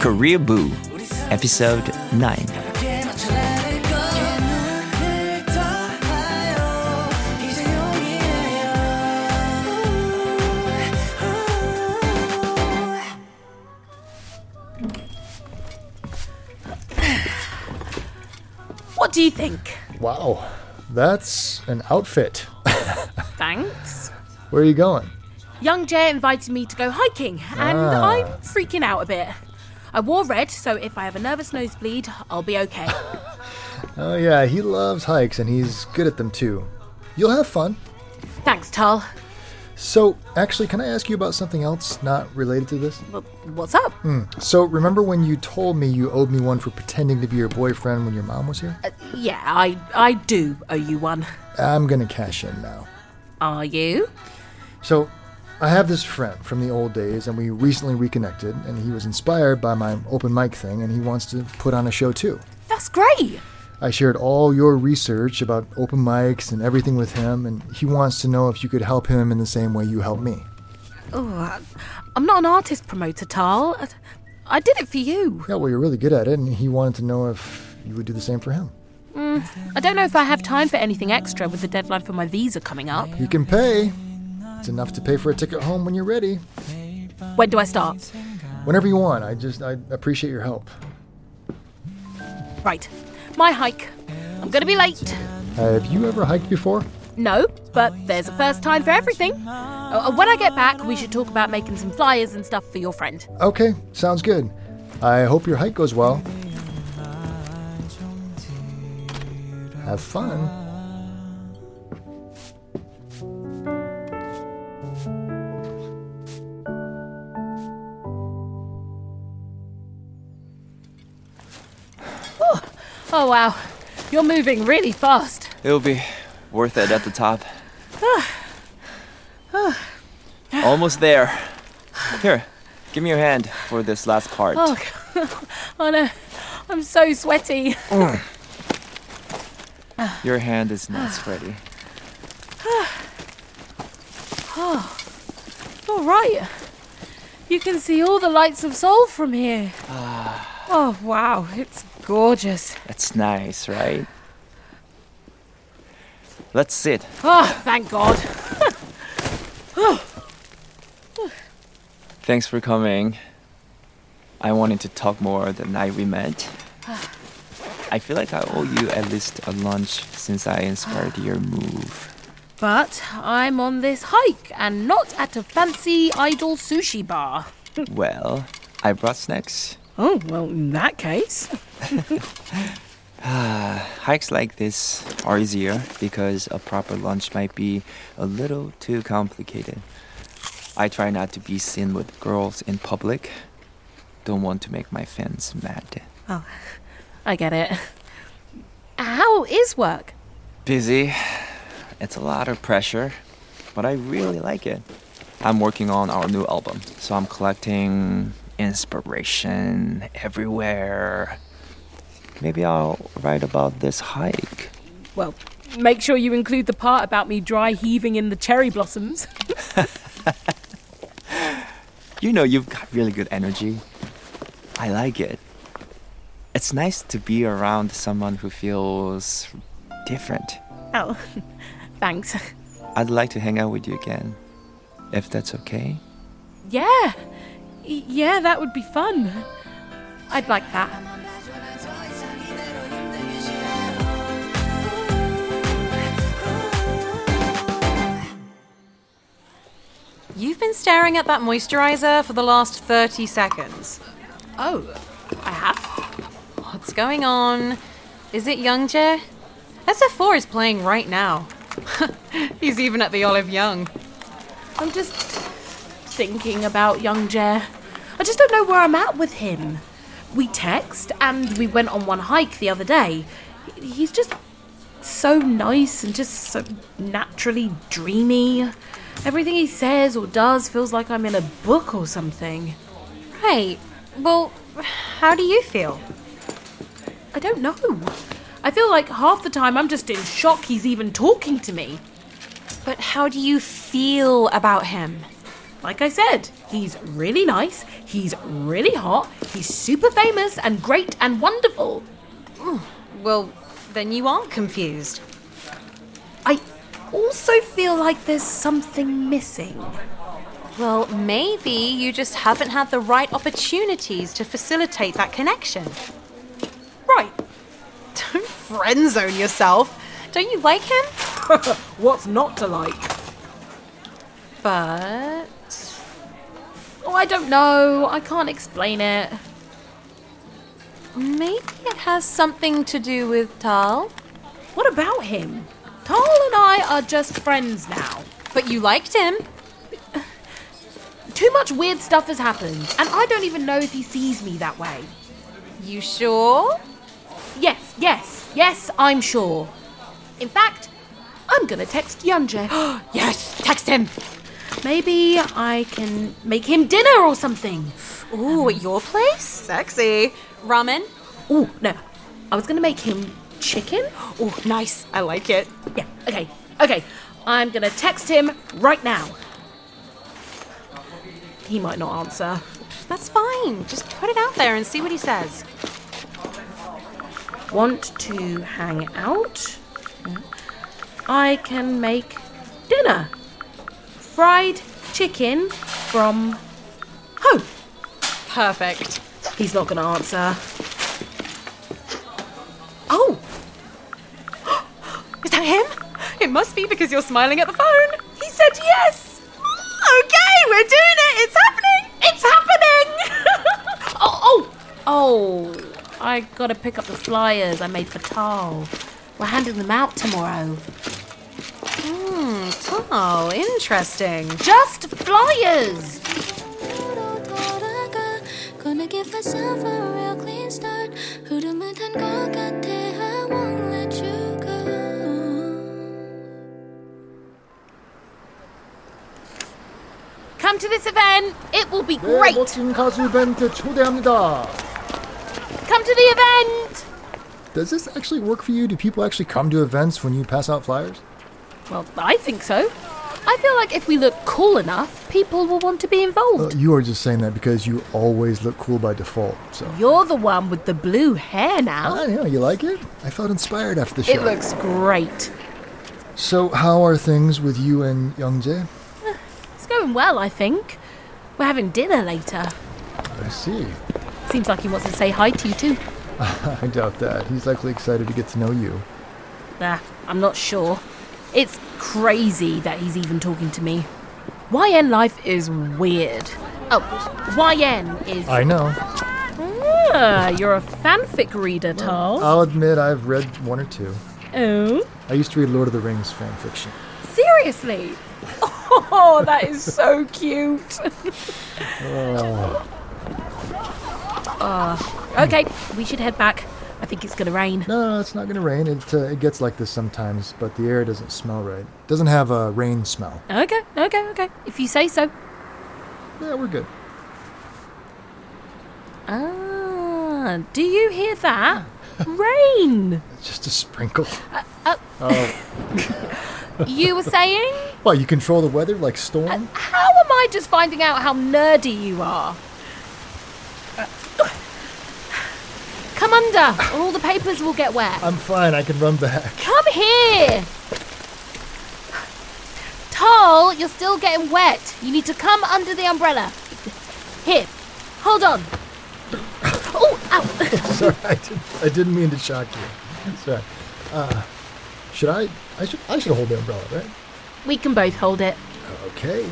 Korea Boo, Episode 9. What do you think? Wow, that's an outfit. Thanks. Where are you going? Young Jay invited me to go hiking, and I'm freaking out a bit. I wore red, so if I have a nervous nosebleed, I'll be okay. Oh, yeah, he loves hikes and he's good at them too. You'll have fun. Thanks, Tal. So, actually, can I ask you about something else not related to this? Well, What's up? So, remember when you told me you owed me one for pretending to be your boyfriend when your mom was here? Yeah, I I do owe you one. I'm gonna cash in now. Are you? So, I have this friend from the old days, and we recently reconnected, and he was inspired by my open mic thing, and he wants to put on a show too. That's great. I shared all your research about open mics and everything with him, and he wants to know if you could help him in the same way you helped me. I'm not an artist promoter, Tal. I- I did it for you. Yeah, well, you're really good at it, and he wanted to know if you would do the same for him. I don't know if I have time for anything extra with the deadline for my visa coming up. You can pay. It's enough to pay for a ticket home when you're ready. When do I start? Whenever you want. I just I appreciate your help. Right, my hike. I'm gonna be late. Have you ever hiked before? No, but there's a first time for everything. Uh, When I get back, we should talk about making some flyers and stuff for your friend. Okay, sounds good. I hope your hike goes well. Have fun. Oh wow, you're moving really fast. It'll be worth it at the top. Almost there. Here, give me your hand for this last part. Oh, oh no, I'm so sweaty. Your hand is not sweaty. All right, you can see all the lights of Seoul from here. Oh wow, it's gorgeous. That's nice, right? Let's sit. Oh, thank God. Thanks for coming. I wanted to talk more the night we met. I feel like I owe you at least a lunch since I inspired your move. But I'm on this hike and not at a fancy idle sushi bar. Well, I brought snacks. Oh, well, in that case. Hikes like this are easier because a proper lunch might be a little too complicated. I try not to be seen with girls in public. Don't want to make my fans mad. I get it. How is work? Busy. It's a lot of pressure, but I really like it. I'm working on our new album, so I'm collecting inspiration everywhere. Maybe I'll write about this hike. Well, make sure you include the part about me dry heaving in the cherry blossoms. You know, you've got really good energy. I like it. It's nice to be around someone who feels different. Oh, thanks. I'd like to hang out with you again, if that's okay. Yeah, Y- yeah, that would be fun. I'd like that. You've been staring at that moisturizer for the last 30 seconds. Oh, I have? What's going on? Is it Youngjae? SF4 is playing right now. He's even at the Olive Young. I'm just thinking about young Jer. I just don't know where I'm at with him. We text and we went on one hike the other day. He's just so nice and just so naturally dreamy. Everything he says or does feels like I'm in a book or something. Right. Well, how do you feel? I don't know. I feel like half the time I'm just in shock he's even talking to me. But how do you feel about him? Like I said, he's really nice, he's really hot, he's super famous and great and wonderful. Well, then you aren't confused. I also feel like there's something missing. Well, maybe you just haven't had the right opportunities to facilitate that connection. Right, Don't friend zone yourself. Don't you like him? what's not to like? But. Oh, I don't know, I can't explain it. Maybe it has something to do with Tal. What about him? Tal and I are just friends now. But you liked him. Too much weird stuff has happened, and I don't even know if he sees me that way. You sure? Yes, yes, yes, I'm sure. In fact, I'm gonna text Yunje. yes, text him. Maybe I can make him dinner or something. Ooh, at your place? Sexy. Ramen? Oh, no. I was gonna make him chicken? Ooh, nice. I like it. Yeah, okay, okay. I'm gonna text him right now. He might not answer. That's fine. Just put it out there and see what he says. Want to hang out? I can make dinner. Fried chicken from home. Perfect. He's not going to answer. Oh, Is that him? It must be because you're smiling at the phone. He said yes. Okay, we're doing it. It's happening. It's happening. oh, oh, oh! I gotta pick up the flyers I made for Tal. We're handing them out tomorrow. oh, interesting. Just flyers. 후로 돌아가 Gonna give myself a real clean start 흐름을 탄것 같아 I won't let you go Come to this event. It will be 네, great. 멋진 가수 이벤트 초대합니다. Come to the event. Does this actually work for you? Do people actually come to events when you pass out flyers? Well, I think so. I feel like if we look cool enough, people will want to be Well, involved. you are just saying that because you always look cool by default. So You're the one with the blue hair now. I know you like it. I felt inspired after the show. It looks great. So how are things with you and Youngjae? It's going well, I think. We're having dinner later. I see. Seems like he wants to say hi to you too. I doubt that. He's likely excited to get to know you. Nah, I'm not sure. It's crazy that he's even talking to me. YN life is weird. Oh, YN is. I know. Ah, you're a fanfic reader, Tal. I'll admit I've read one or two. Oh. I used to read Lord of the Rings fan fiction. Seriously? Oh, that is so cute. Ah, okay, we should head back. I think it's going to rain. No, no, it's not going to rain. It, uh, it gets like this sometimes, but the air doesn't smell right. Doesn't have a rain smell. Okay, okay, okay. If you say so. Yeah, we're good. Ah, do you hear that? Rain. It's just a sprinkle. You were saying? Well, you control the weather like storm? How am I just finding out how nerdy you are? Come under, or all the papers will get wet. I'm fine. I can run back. Come here! Tall, you're still getting wet. You need to come under the umbrella. Here, hold on. Oh, ow! Sorry, I, did, I didn't mean to shock you. Sorry. Uh, should I? I should. I should hold the umbrella, right? We can both hold it. Okay.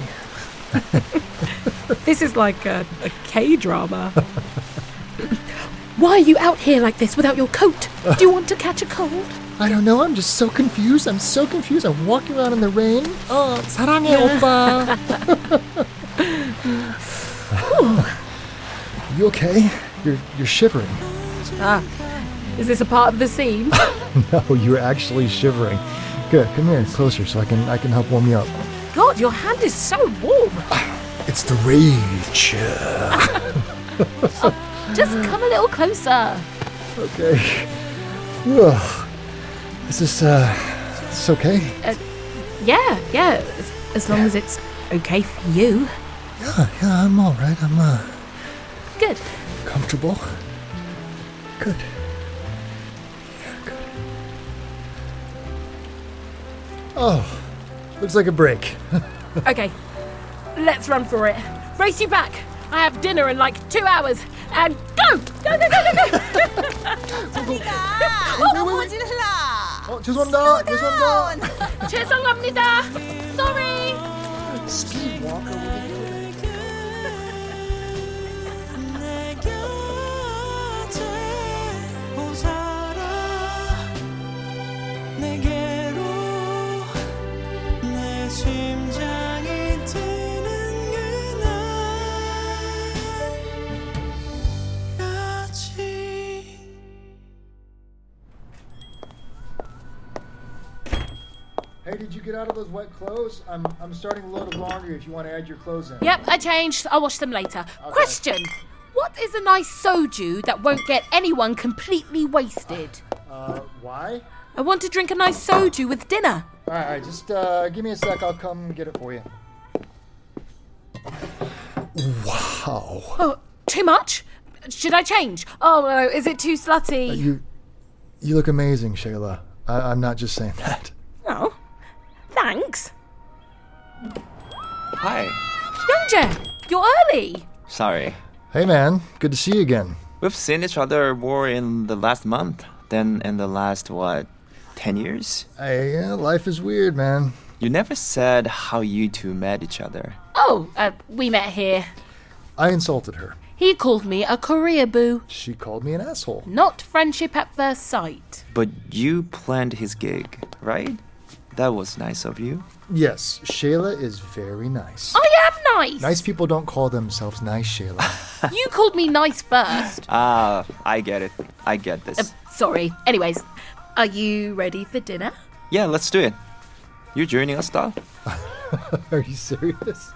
This is like a, a K drama. Why are you out here like this without your coat? Do you want to catch a cold? I don't know. I'm just so confused. I'm so confused. I'm walking around in the rain. Oh, 사랑해, 오빠. you okay? You're you're shivering. Is this a part of the scene? No, Oh, you're actually shivering. Good. Come here closer so I can I can help warm you up. God, your hand is so warm. It's the rage. Just come a little closer. Okay. Ugh. Is this uh? It's okay. Yeah, yeah, as, as long as it's okay for you. Yeah, Uh, yeah, I'm all right. I'm uh, Good. comfortable. Good. Yeah, good. Oh, looks like a break. Okay, let's run for it. Race you back. I have dinner in like two hours. And go! Go, go, go, go, go! Oh, 죄송합니다. 죄송합니다. 죄송합니다. Sorry. 내 곁에 오사라 내게로 내 심장이 뛰는 그날 같이 Hey, did you get out of those wet clothes? I'm, I'm starting a load of laundry if you want to add your clothes in. Yep, I changed. I'll wash them later. Question What is a nice soju that won't get anyone completely wasted? Uh, why? I want to drink a nice soju with dinner. All right, all right, just uh, give me a sec. I'll come get it for you. Wow. Oh, too much? Should I change? Oh, no, is it too slutty? You, you look amazing, Shayla. I, I'm not just saying that. Oh, thanks. Hi. Youngja, you're early. Sorry. Hey, man. Good to see you again. We've seen each other more in the last month than in the last, what, 10 years? Hey, yeah, uh, life is weird, man. You never said how you two met each other. Oh, uh, we met here. I insulted her. He called me a career boo, She called me an asshole. not friendship at first sight. But you planned his gig, right? That was nice of you. Yes, Shayla is very nice. I am nice. Nice people don't call themselves nice, Shayla. You called me nice first. Uh, Ah, I get it. I get this. Sorry. Anyways, are you ready for dinner? yeah, let's do it. You joining us, though? Are you serious?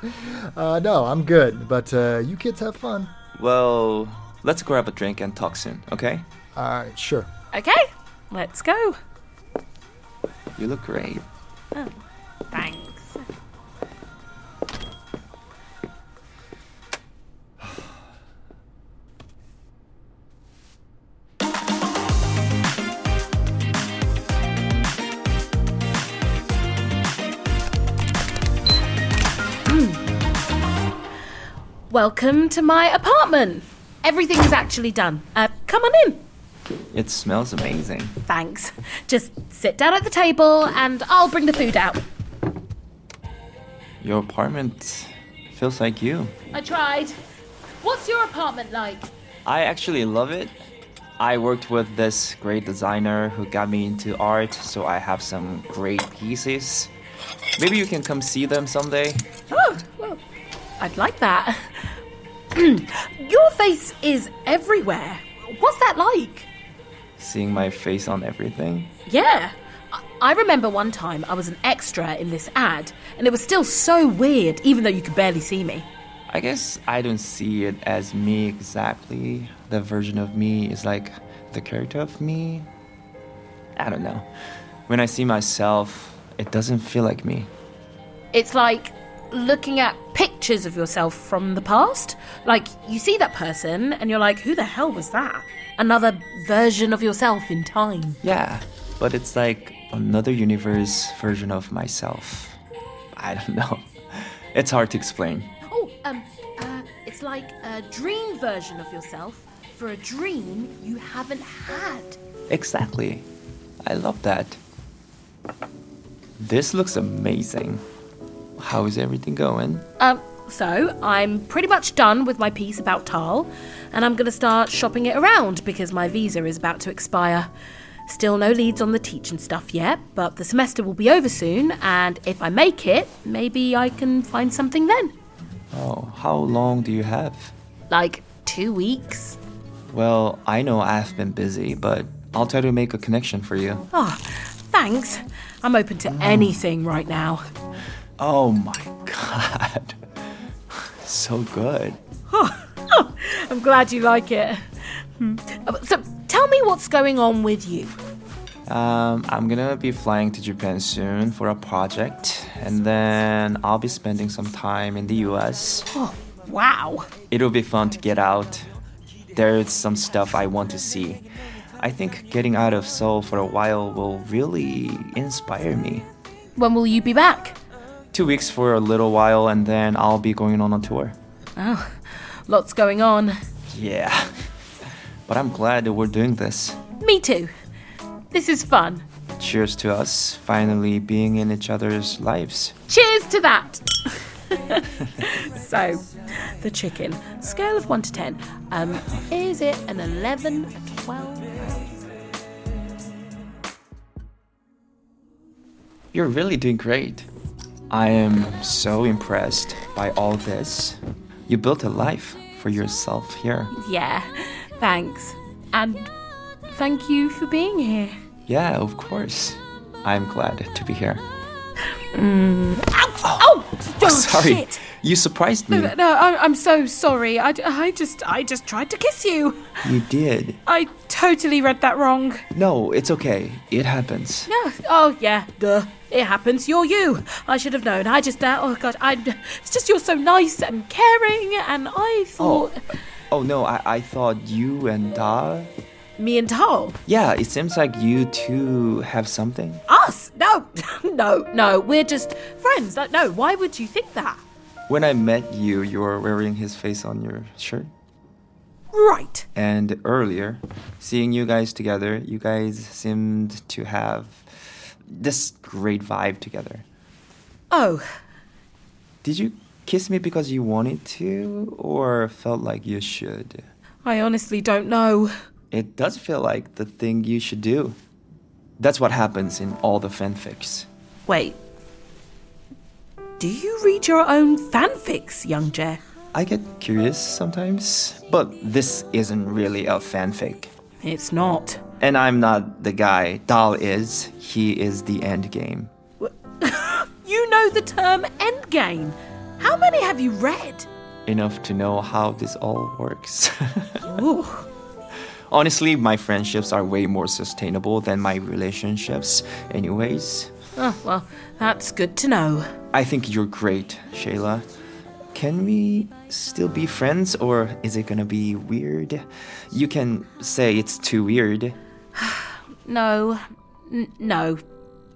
Uh, no, I'm good. But uh, you kids have fun. Well, let's grab a drink and talk soon, okay? All right, Uh, sure. Okay, let's go. You look great. Thanks. Hmm. Welcome to my apartment. Everything's actually done. Uh, come on in. It smells amazing. Thanks. Just sit down at the table and I'll bring the food out. Your apartment feels like you. I tried. What's your apartment like? I actually love it. I worked with this great designer who got me into art, so I have some great pieces. Maybe you can come see them someday. Oh, well, I'd like that. your face is everywhere. What's that like? Seeing my face on everything. Yeah. I- I remember one time I was an extra in this ad, and it was still so weird, even though you could barely see me. I guess I don't see it as me exactly. The version of me is like the character of me. I don't know. When I see myself, it doesn't feel like me. It's like looking at pictures of yourself from the past. Like, you see that person, and you're like, who the hell was that? Another version of yourself in time. Yeah, but it's like another universe version of myself. I don't know. It's hard to explain. Oh, um, uh, it's like a dream version of yourself for a dream you haven't had. Exactly. I love that. This looks amazing. How is everything going? Um, so I'm pretty much done with my piece about Tal, and I'm gonna start shopping it around because my visa is about to expire. Still no leads on the teaching stuff yet, but the semester will be over soon, and if I make it, maybe I can find something then. Oh, how long do you have? Like two weeks. Well, I know I've been busy, but I'll try to make a connection for you. Ah, thanks. I'm open to anything right now. Oh my god. so good. I'm glad you like it. Hmm. Uh, So tell me what's going on with you. Um, I'm gonna be flying to Japan soon for a project, and then I'll be spending some time in the US. Wow. It'll be fun to get out. There's some stuff I want to see. I think getting out of Seoul for a while will really inspire me. When will you be back? Two weeks for a little while, and then I'll be going on a tour. Oh, lots going on. Yeah. But I'm glad that we're doing this. Me too. This is fun. Cheers to us finally being in each other's lives. Cheers to that. so, the chicken scale of one to ten. Um, is it an eleven, a twelve? You're really doing great. I am so impressed by all this. You built a life for yourself here. Yeah. Thanks, and thank you for being here. Yeah, of course. I'm glad to be here. Oh, oh, Sorry, shit. you surprised me. No, I, I'm so sorry. I, I just, I just tried to kiss you. You did. I totally read that wrong. No, it's okay. It happens. No. Oh yeah. Duh. It happens. You're you. I should have known. I just. Uh, oh god. I. It's just you're so nice and caring, and I Oh, thought oh no, I, I thought you and Da. me and Tal. Yeah, it seems like you two have something. Us? No. no. No. We're just friends. Like, no. Why would you think that? When I met you, you were wearing his face on your shirt. Right. And earlier, seeing you guys together, you guys seemed to have this great vibe together. Oh. Did you kiss me because you wanted to or felt like you should? I honestly don't know. It does feel like the thing you should do. That's what happens in all the fanfics. Wait. Do you read your own fanfics, young Jer? I get curious sometimes, but this isn't really a fanfic. It's not. And I'm not the guy. Dal is. He is the end game. You know the term endgame. How many have you read? Enough to know how this all works. Ooh. Honestly, my friendships are way more sustainable than my relationships, anyways. Oh, well, that's good to know. I think you're great, Shayla. Can we still be friends, or is it gonna be weird? You can say it's too weird. No, n- no.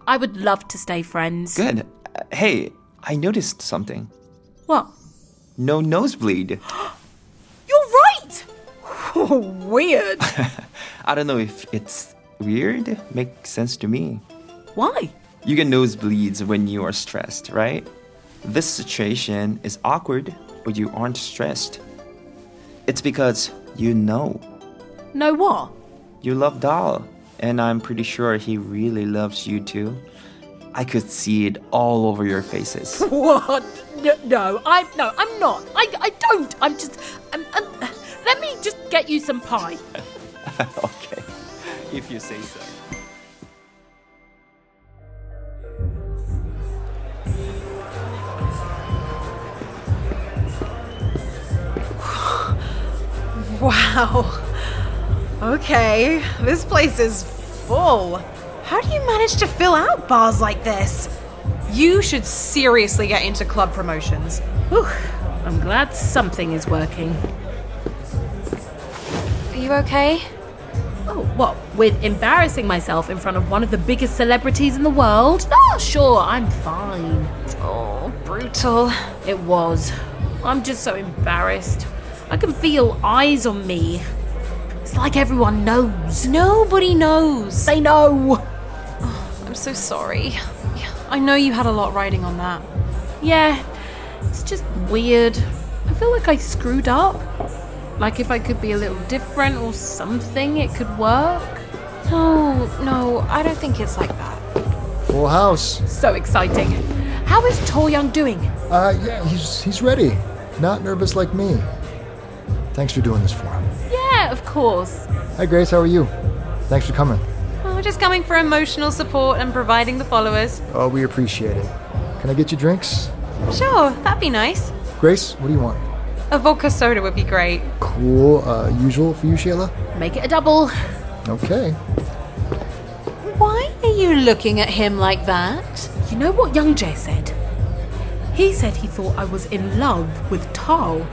I would love to stay friends. Good. Uh, Hey, I noticed something. What? No nosebleed. You're right! Weird. I don't know if it's weird. Makes sense to me. Why? You get nosebleeds when you are stressed, right? This situation is awkward, but you aren't stressed. It's because you know No, what? you love Dahl, and I'm pretty sure he really loves you too. I could see it all over your faces. What? No, no I no, I'm not. I, I don't. I'm just. I'm, I'm, let me just get you some pie. okay, if you say so. Wow. Okay, this place is full. How do you manage to fill out bars like this? You should seriously get into club promotions. Whew. I'm glad something is working. Are you okay? Oh, what? With embarrassing myself in front of one of the biggest celebrities in the world? Oh, sure, I'm fine. Oh, brutal. It was. I'm just so embarrassed. I can feel eyes on me. It's like everyone knows. Nobody knows. They know. I'm so sorry. I know you had a lot riding on that. Yeah, it's just weird. I feel like I screwed up. Like if I could be a little different or something, it could work. No, no, I don't think it's like that. Full house. So exciting. How is Tor Young doing? Uh, yeah, he's, he's ready. Not nervous like me. Thanks for doing this for him. Yeah, of course. Hi, Grace. How are you? Thanks for coming. Oh, just coming for emotional support and providing the followers. Oh, we appreciate it. Can I get you drinks? Sure, that'd be nice. Grace, what do you want? A vodka soda would be great. Cool, uh, usual for you, Shayla? Make it a double. Okay. Why are you looking at him like that? You know what Young Jay said? He said he thought I was in love with Tal.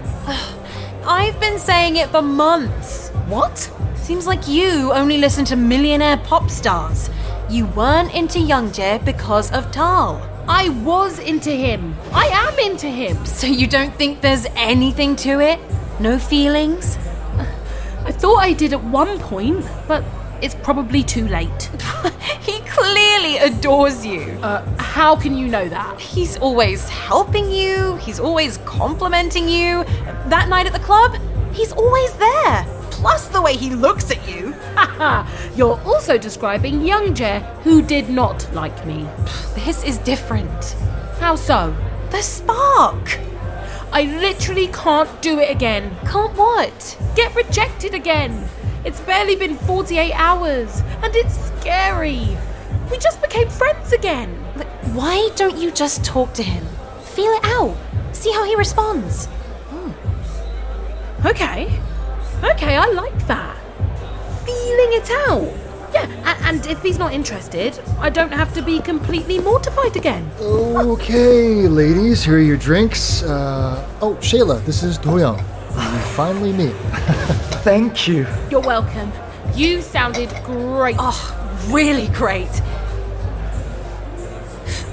I've been saying it for months. What? Seems like you only listen to millionaire pop stars. You weren't into Youngjae because of Tal. I was into him. I am into him. So you don't think there's anything to it? No feelings? I thought I did at one point, but it's probably too late. he clearly adores you. Uh, how can you know that? He's always helping you, he's always complimenting you. That night at the club, he's always there. Plus the way he looks at you. You're also describing Young Jae, who did not like me. This is different. How so? The spark. I literally can't do it again. Can't what? Get rejected again. It's barely been 48 hours, and it's scary. We just became friends again. Like, Why don't you just talk to him? Feel it out. See how he responds. Hmm. Okay. Okay, I like that. Feeling it out. Yeah, a- and if he's not interested, I don't have to be completely mortified again. Okay, ladies, here are your drinks. Uh, oh, Shayla, this is Doyoung. We finally meet. Thank you. You're welcome. You sounded great. Oh, really great.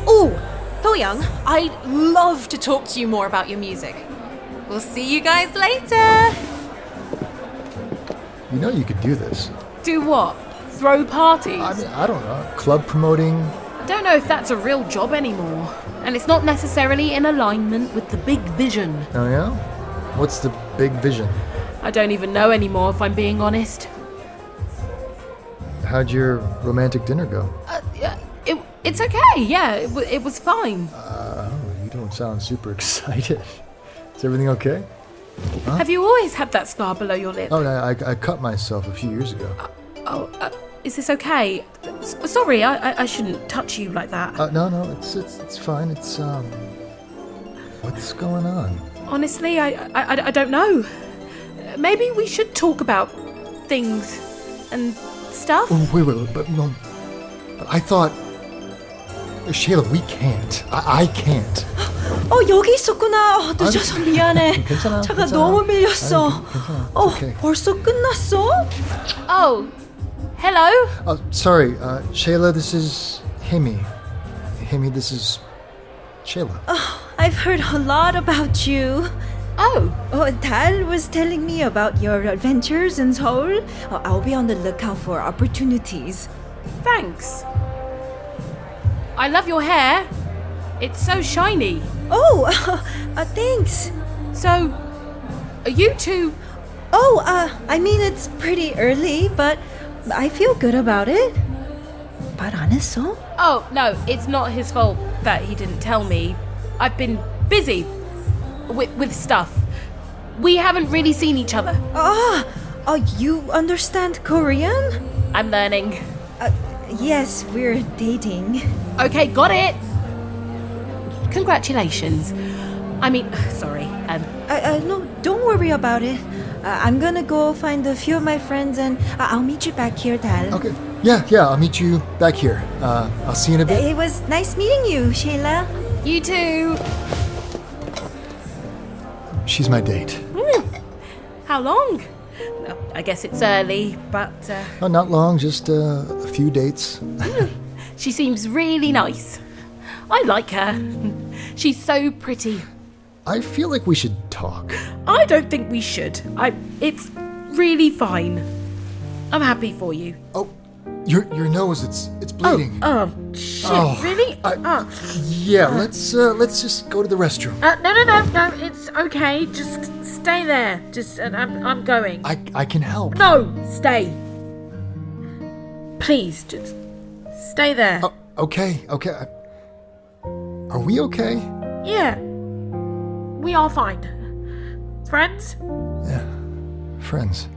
Oh, Do Young, I'd love to talk to you more about your music. We'll see you guys later. You know you could do this. Do what? Throw parties? I mean, I don't know. Club promoting. I don't know if that's a real job anymore. And it's not necessarily in alignment with the big vision. Oh yeah. What's the big vision? I don't even know anymore, if I'm being honest. How'd your romantic dinner go? Uh, yeah, it, it's okay, yeah, it, w- it was fine. Oh, you don't sound super excited. Is everything okay? Have you always had that scar below your lip? Oh, no, I, I cut myself a few years ago. Oh, uh, is this okay? S- sorry, I, I, I shouldn't touch you like that. Uh, no, no, it's it's it's fine. It's um, what's going on? Honestly, I, I, I, I don't know. Uh, Maybe we should talk about things and stuff. Oh, wait, wait, wait, but no, but I thought, Shayla, we can't. I, I can't. 어, Oh, 여기 있었구나. 어, 늦어서 미안해. 괜찮아, 잠깐 괜찮아. 너무 밀렸어. 아니, 괜찮아. 어, It's okay. 벌써 끝났어? Oh, hello? Uh, sorry, uh, Shayla, this is Hemi. Hemi, this is Shayla. I've heard a lot about you. Oh, Oh, Tal was telling me about your adventures in Seoul. Oh, I'll be on the lookout for opportunities. thanks. I love your hair. It's so shiny. Oh, uh, thanks. So, are you two Oh, uh, I mean, it's pretty early, but I feel good about it. 알았어? Oh, no, it's not his fault that he didn't tell me. I've been busy with, with stuff. We haven't really seen each other. Ah, oh, you understand Korean? I'm learning. Uh, yes, we're dating. Okay, got it. Congratulations. I mean, sorry. Um, Uh, uh, no, don't worry about it. Uh, I'm gonna go find a few of my friends and uh, I'll meet you back here, Tal. Okay. Yeah, yeah. I'll meet you back here. Uh, I'll see you in a bit. It was nice meeting you, Shayla. you two. She's my date. How long? Well, I guess it's early, but uh, Oh, not long, just uh, a few dates. she seems really nice. I like her. She's so pretty. I feel like we should talk. I don't think we should. I. It's really fine. I'm happy for you. Oh, your your nose, it's it's bleeding. Oh shit! Oh, really? I- oh. yeah, let's uh, let's just go to the restroom. Uh, no, no, no, no. It's okay. Just stay there. Just, and I'm, I'm going. I I can help. No, stay. Please, just stay there. Oh, okay, okay. I- Are we okay? Yeah, we are fine. Friends, Friends.